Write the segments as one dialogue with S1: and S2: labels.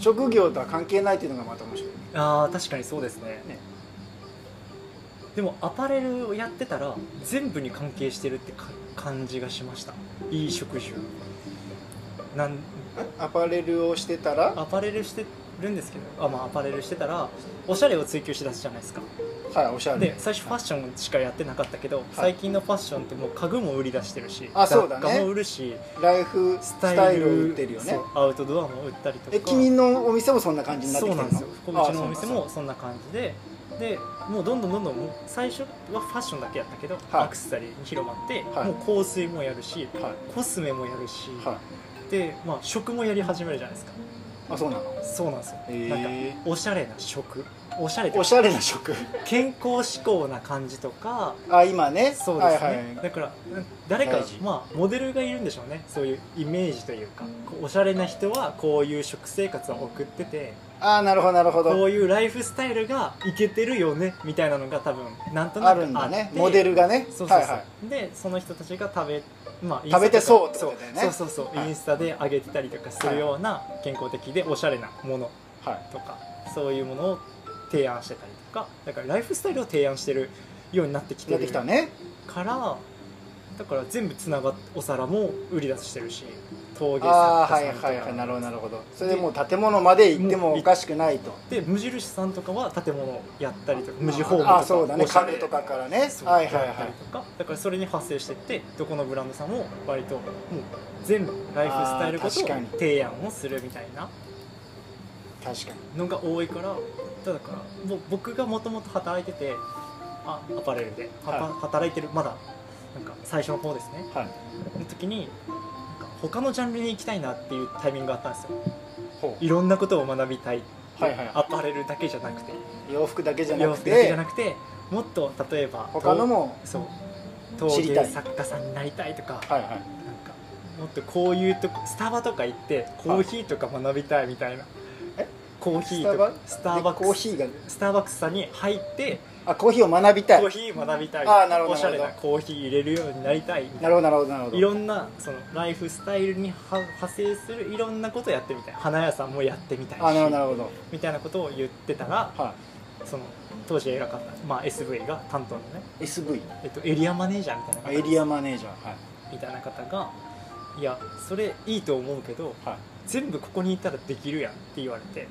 S1: 職業とは関係ないっていうのがまた面白い
S2: ああ確かにそうですね
S1: ね
S2: でもアパレルをやってたら全部に関係してるってか感じがしましたいい職種なん
S1: アパレルをしてたら
S2: アパレルしてるんですけどあ、まあ、アパレルしてたらおしゃれを追求しだすじゃないですか
S1: はいおしゃ
S2: で
S1: れ
S2: 最初ファッションしかやってなかったけど、最近のファッションってもう家具も売り出してるし
S1: あそうだね
S2: 雑貨も売るし
S1: ライフ
S2: ス
S1: ス
S2: タイル
S1: タイルを売ってるよね
S2: そうアウトドアも売ったりとか
S1: え君のお店もそんな感じになって
S2: そう
S1: きて
S2: な
S1: るの
S2: んですよこ
S1: あ
S2: うちのお店
S1: そうなん
S2: もそんな感じででもうどんどんどんどんもう最初はファッションだけやったけど、
S1: はい
S2: アクセサリーに広まって、
S1: はい
S2: もう香水もやるし
S1: だはい
S2: コスメもやるし、
S1: はい
S2: で、まあ、食もやり始めるじゃないですか
S1: あそうなの
S2: そうなんですよ、
S1: へえ
S2: なんかおしゃれな食おしゃれで
S1: おしゃれな職
S2: 健康志向な感じとか
S1: あ今ね
S2: そうですね、
S1: はいはい
S2: だから誰か
S1: 大事
S2: まあモデルがいるんでしょうねそういうイメージというかこうおしゃれな人はこういう食生活を送ってて
S1: ああなるほどなるほ
S2: こ
S1: ど
S2: ういうライフスタイルがイケてるよねみたいなのが多分なんとなく
S1: あるんだねモデ
S2: ル
S1: ルがね
S2: そうそうそう、
S1: はいはい
S2: でその人たちが食べまあインスタ
S1: 食
S2: とか
S1: べてそうって
S2: そ
S1: こ
S2: う
S1: とだよね
S2: そうそうそう、
S1: はい
S2: インスタで上げてたりとかするような健康的でおしゃれなもの
S1: はい
S2: とかそういうものを提案してたりとかだからライフスタイルを提案してるようになってきて
S1: やっ
S2: る
S1: てきたね
S2: からだから全部つながっお皿も売り出してるし陶芸作
S1: ああ
S2: 家
S1: はい
S2: さんとか
S1: はいはいなるほどなるほどそれでもう建物まで行ってもおかしくないと
S2: で無印さんとかは建物をやったりとか無地
S1: 地
S2: ホームと
S1: あ
S2: か
S1: あそうだね
S2: おしゃ
S1: 家
S2: れ
S1: 具とかからね
S2: そう
S1: はいはい
S2: やった
S1: は
S2: り
S1: い
S2: とかだからそれに発生してってどこのブランドさんも割ともう全部ライフスタイル
S1: あ
S2: ごと
S1: ー確かに
S2: 提案をするみたいな
S1: 確かに
S2: のが多いからだからもう僕がもともと働いててあアパレルで、はた
S1: は
S2: 働いてるまだなんか最初の方ですね
S1: はい
S2: の時になんか他のジャンルに行きたいなっていうタイミングがあったんですよ
S1: ほ
S2: いろんなことを学びたい、
S1: はいはい
S2: アパレルだけじゃなくて
S1: う洋服だけじゃな
S2: 洋
S1: く
S2: 服だけじ
S1: て
S2: ゃなくてもっと例えば
S1: 他のも
S2: 陶そう陶
S1: 知り
S2: 芸
S1: たい
S2: 作家さんになりたいとか
S1: はいはい
S2: なんかもっとこういうとこスタバとか行ってコーヒーとか学びたいみたいな、
S1: え
S2: コーヒーとかスターバッ
S1: でコー
S2: クス
S1: ヒーが
S2: スターバックスさんに入って
S1: あコーヒーを学びたい
S2: コーヒー学びたい
S1: あーなるほど
S2: おしゃれな
S1: なる
S2: コーヒー入れるようになりたいみたい
S1: な
S2: な
S1: るほどなるほどなるほど
S2: いろんなそのライフスタイルには派生するいろんなことやってみたい花屋さんもやってみたいし
S1: あなるほどなるほど
S2: みたいなことを言ってたら
S1: は
S2: その当時偉かった、まあ、SV が担当のね、
S1: い SV
S2: えっと、エリアマネージャーみたいな
S1: あ
S2: 方
S1: エリアマネージャーはい
S2: みたいな方がいやそれいいと思うけど
S1: はい
S2: 全部ここにいたらできるやんって言われて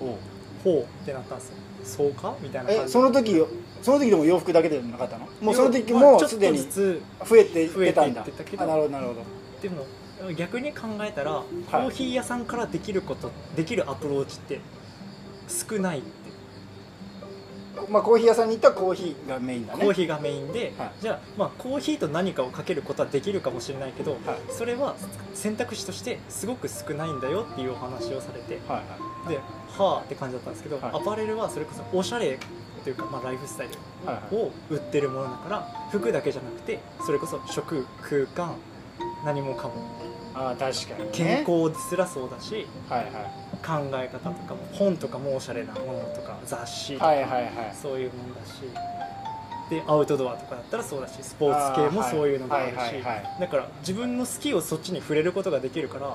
S1: お
S2: ほうってなったんですよそうかみたいな感
S1: え
S2: じ
S1: その時その時でも洋服だけでなかったのもうその時
S2: まあ
S1: も
S2: ちょっと
S1: すでに
S2: ずつ
S1: 増えていってたんだ
S2: 増えていってたけど
S1: あなるほどなるほど
S2: でも逆に考えたら、コーヒー屋さんからできることできるアプローチって少ないって
S1: まあコーヒー屋さんに行ったらコーヒーがメインだね
S2: コーヒーがメインで、
S1: はい
S2: じゃあ,、まあコーヒーと何かをかけることはできるかもしれないけど、
S1: はい
S2: それは選択肢としてすごく少ないんだよっていうお話をされて
S1: はい
S2: ではあって感じだったんですけど、
S1: はい
S2: アパレルはそれこそおしゃれというか、まあ、ライフスタイ
S1: はいはい
S2: ルを売ってるものだから服だけじゃなくてそれこそ食空間何もかも
S1: ああ確かにね
S2: 健康すらそうだし、
S1: はいは
S2: 考え方とかも本とかもおしゃれなものとか雑誌
S1: い
S2: とか、
S1: はいはいはい
S2: そういうものだしでアウトドアとかだったらそうだしスポーツ系も
S1: あー
S2: そういうのもあるし、
S1: はいはいはいはい
S2: だから自分の好きをそっちに触れることができるから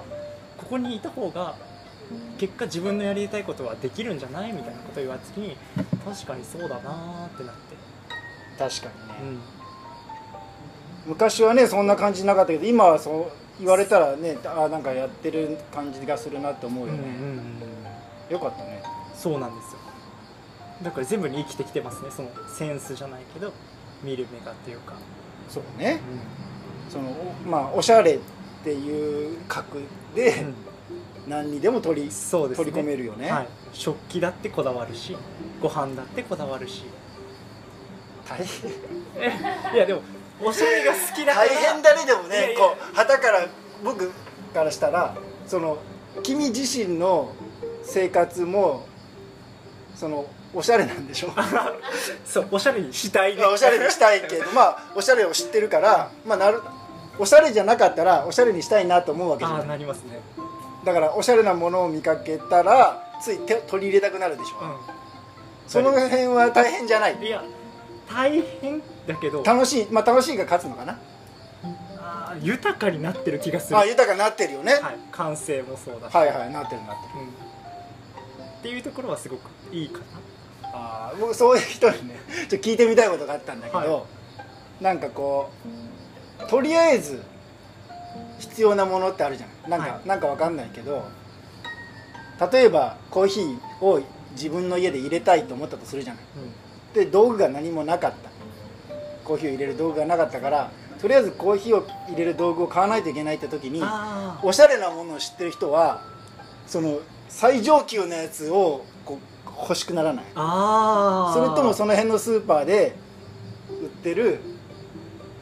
S2: ここにいた方が結果自分のやりたいことはできるんじゃないみたいなことを言われた時に確かにそうだなーってなって、
S1: 確かにね、
S2: うん、
S1: 昔はねそんな感じなかったけど今はそう言われたらねあなんかやってる感じがするなって思う
S2: うん
S1: よ
S2: うん
S1: ね、
S2: うん
S1: よかったね
S2: そうなんですよだから全部に生きてきてますねそのセンスじゃないけど見る目がっていうか、
S1: そうね
S2: う
S1: そのおまあおしゃれっていう格で
S2: ん
S1: 何にでも取り
S2: そうですね
S1: 取り込めるよね、
S2: はい、食器だってこだわるしご飯だってこだわるし
S1: 大変
S2: いやでもおしゃれが好きだから
S1: 大変だねでもね
S2: いやいや
S1: こう旗から僕からしたらその君自身の生活もそのおしゃれなんでしょ
S2: そうおしゃれにしたいね
S1: おしゃれにしたいけどまあおしゃれを知ってるから、まあ、なるおしゃれじゃなかったらおしゃれにしたいなと思うわけじゃ
S2: ああ
S1: ない
S2: なりますね
S1: だからおしゃれなものを見かけたらつい手取り入れたくなるでしょ、その辺は大変じゃない
S2: うんいや大変だけど
S1: 楽しいまあ楽しいが勝つのかな
S2: あー豊かになってる気がする
S1: あ豊かになってるよね、
S2: はい、感性もそうだし、
S1: はいはいなってるなってる
S2: うんっていうところはすごくいいか
S1: ああ僕そういう人にね ちょっと聞いてみたいことがあったんだけど、
S2: は
S1: なんかこうとりあえず必要なものってあるじゃないなんか、
S2: は
S1: なんかわかんないけど例えばコーヒーを自分の家で入れたいと思ったとするじゃない
S2: な、
S1: で道具が何もなかったコーヒーを入れる道具がなかったからとりあえずコーヒーを入れる道具を買わないといけないって時に
S2: あ
S1: おしゃれなものを知ってる人はその最上級のやつをこう欲しくならない
S2: あ
S1: それともその辺のスーパーで売ってる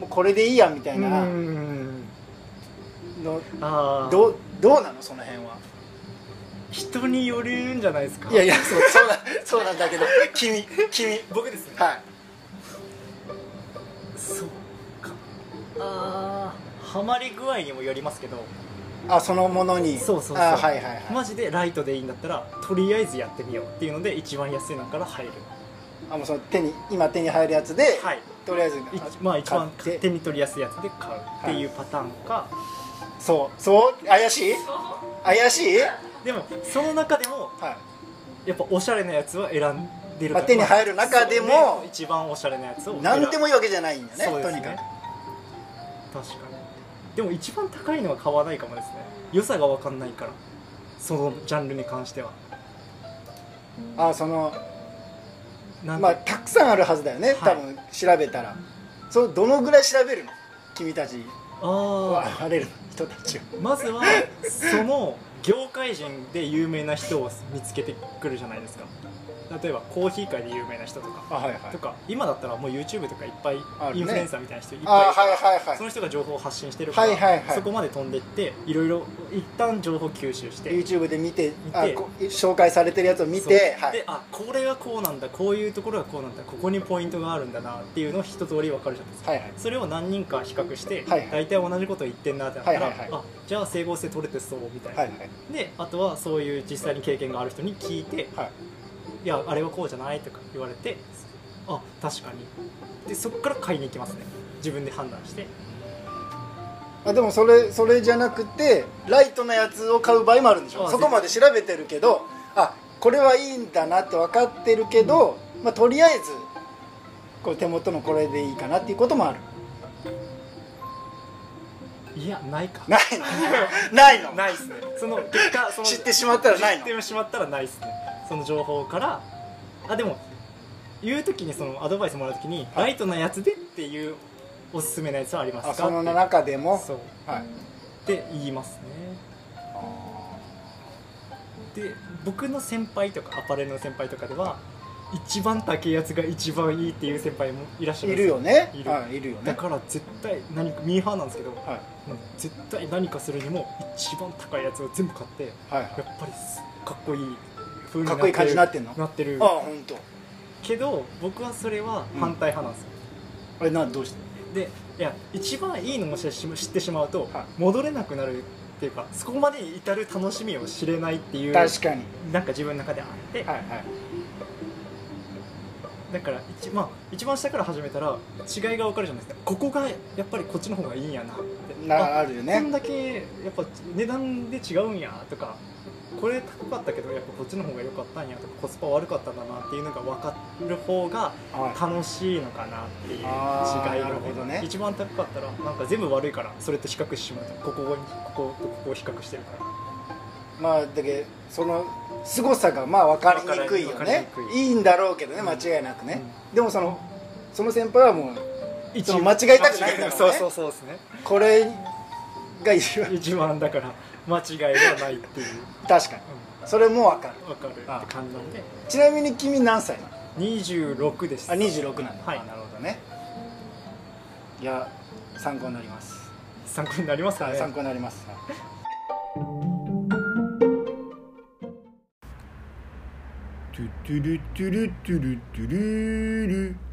S1: もうこれでいいやみたいなの
S2: ああ
S1: どうどうなのその辺は
S2: 人によるんじゃないですか
S1: いやいやそうそうなそうなんだけど 君君
S2: 僕ですね
S1: はい
S2: そうかああハマり具合にもよりますけど
S1: あそのものに
S2: そうそうそう
S1: あはいはいはい、
S2: マジでライトでいいんだったらとりあえずやってみようっていうので一番安いのから入る
S1: あもうその手に今手に入るやつで、
S2: はい
S1: とりあえず
S2: い
S1: あ
S2: まあ一番
S1: 買っ
S2: 手
S1: て
S2: に取りやすいやつで買うっていうパターンか、
S1: そうそう怪しい怪しい、は
S2: でもその中でもやっぱおしゃれなやつは選んでる
S1: まあ手に入る中でも
S2: そう一番おしゃれなやつ
S1: い、
S2: を選ぶ
S1: 何でもいいわけじゃないんだね
S2: そうで
S1: と
S2: す
S1: に
S2: ね
S1: かく
S2: 確かにでも一番高いのは買わないかもですね良さが分かんないからそのジャンルに関しては
S1: あその
S2: なん
S1: まあ
S2: で
S1: たくさんあるはずだよね、
S2: はい
S1: 多分調べたらそうどのぐらい調べるの君たち
S2: ああ
S1: はあれる人たちを
S2: まずはその業界人で有名な人を見つけてくるじゃないですか例えばコーヒー界で有名な人とか
S1: あはいは
S2: とか今だったらもう YouTube とかいっぱい
S1: あるね
S2: インフルエンサーみたいな人いっ
S1: あ
S2: ぱいいるから
S1: はいはいはい
S2: その人が情報を発信してるから、
S1: はいはいはい
S2: そこまで飛んでいっていろいろ一旦情報吸収して
S1: YouTube で見て
S2: 見て
S1: あこ紹介されてるやつを見て
S2: そ
S1: は
S2: う
S1: い
S2: であこれはこうなんだこういうところがこうなんだここにポイントがあるんだなっていうのを一通り分かるじゃないですか
S1: はいはい
S2: それを何人か比較して、
S1: はいはい
S2: 大体同じこと言ってんなってなったら、
S1: はいはいはい
S2: あじゃあ整合性取れてそうみたいな、
S1: はいはい
S2: であとはそういう実際に経験がある人に聞いて、
S1: はい
S2: いやあれはこうじゃないとか言われてあ確かにでそこから買いに行きますね自分で判断して
S1: あでもそれそれじゃなくてライトなやつを買う場合もあるんでしょ
S2: あ
S1: そこまで調べてるけどあこれはいいんだなって分かってるけど、まあ、とりあえずこれ手元のこれでいいかなっていうこともある
S2: いやないか
S1: ないの ないの
S2: ないっすねその結果その
S1: 知ってしまったらないの
S2: 知ってしまったらないですねその情報からあでも言う時にそのアドバイスもらう時に、
S1: はい
S2: ライトなやつでっていうおすすめなやつはありますか
S1: あその
S2: って
S1: 中でも
S2: そうっ
S1: はい
S2: て言いますねで僕の先輩とかアパレルの先輩とかでは一番高いやつが一番いいっていう先輩もいらっしゃる
S1: い
S2: んです
S1: るよね
S2: いる
S1: はいいるよね
S2: だから絶対何かミーハーなんですけど、もう
S1: はい
S2: 絶対何かするにも一番高いやつを全部買って
S1: はいは
S2: やっぱりすかっこいい風
S1: かっこいい感じになってんの
S2: なって
S1: い
S2: る
S1: あ本当。
S2: けど僕はそれは反対派なんですよ、
S1: あれなどうして
S2: でいや一番いいのも知知ってしまうと、
S1: は
S2: 戻れなくなるっていうかそこまでに至る楽しみを知れないっていう
S1: 確かに
S2: なんか自分の中であって、
S1: はいはい
S2: だから一,、まあ、一番下から始めたら違いが分かるじゃないですかここがやっぱりこっちの方がいいんやなって
S1: な
S2: あ
S1: あるよ
S2: こん
S1: ね
S2: だけやっぱ値段で違うんやとかこれ高かったけどやっぱこっちの方が良かったんやとかコスパ悪かったんだなっていうのが分かる方が
S1: は
S2: 楽しいのかなっていう違い
S1: あーな
S2: が
S1: るほどね
S2: 一番高かったらなんか全部悪いからそれと比較してしまうとここにこことここを比較してるから
S1: いまあだけどその凄さがまあ分かりにくいよ
S2: 分かりに
S1: ね
S2: くい
S1: いいんだろうけどね
S2: うん
S1: 間違いなくねでもそのその先輩はもう一番間違いたくないんだろうね
S2: 間違そうそうそうですね
S1: これが一番
S2: 一番だから間違いはないっていう、
S1: 確かにそれも分かる
S2: うん、分かるって感じなんで
S1: ちなみに君何歳なの
S2: 26です
S1: あ26なんだ
S2: はい
S1: あなるほどねいや参考になります
S2: 参考になりますかね
S1: 参考になります
S3: トゥトゥルトゥルトゥルトゥルル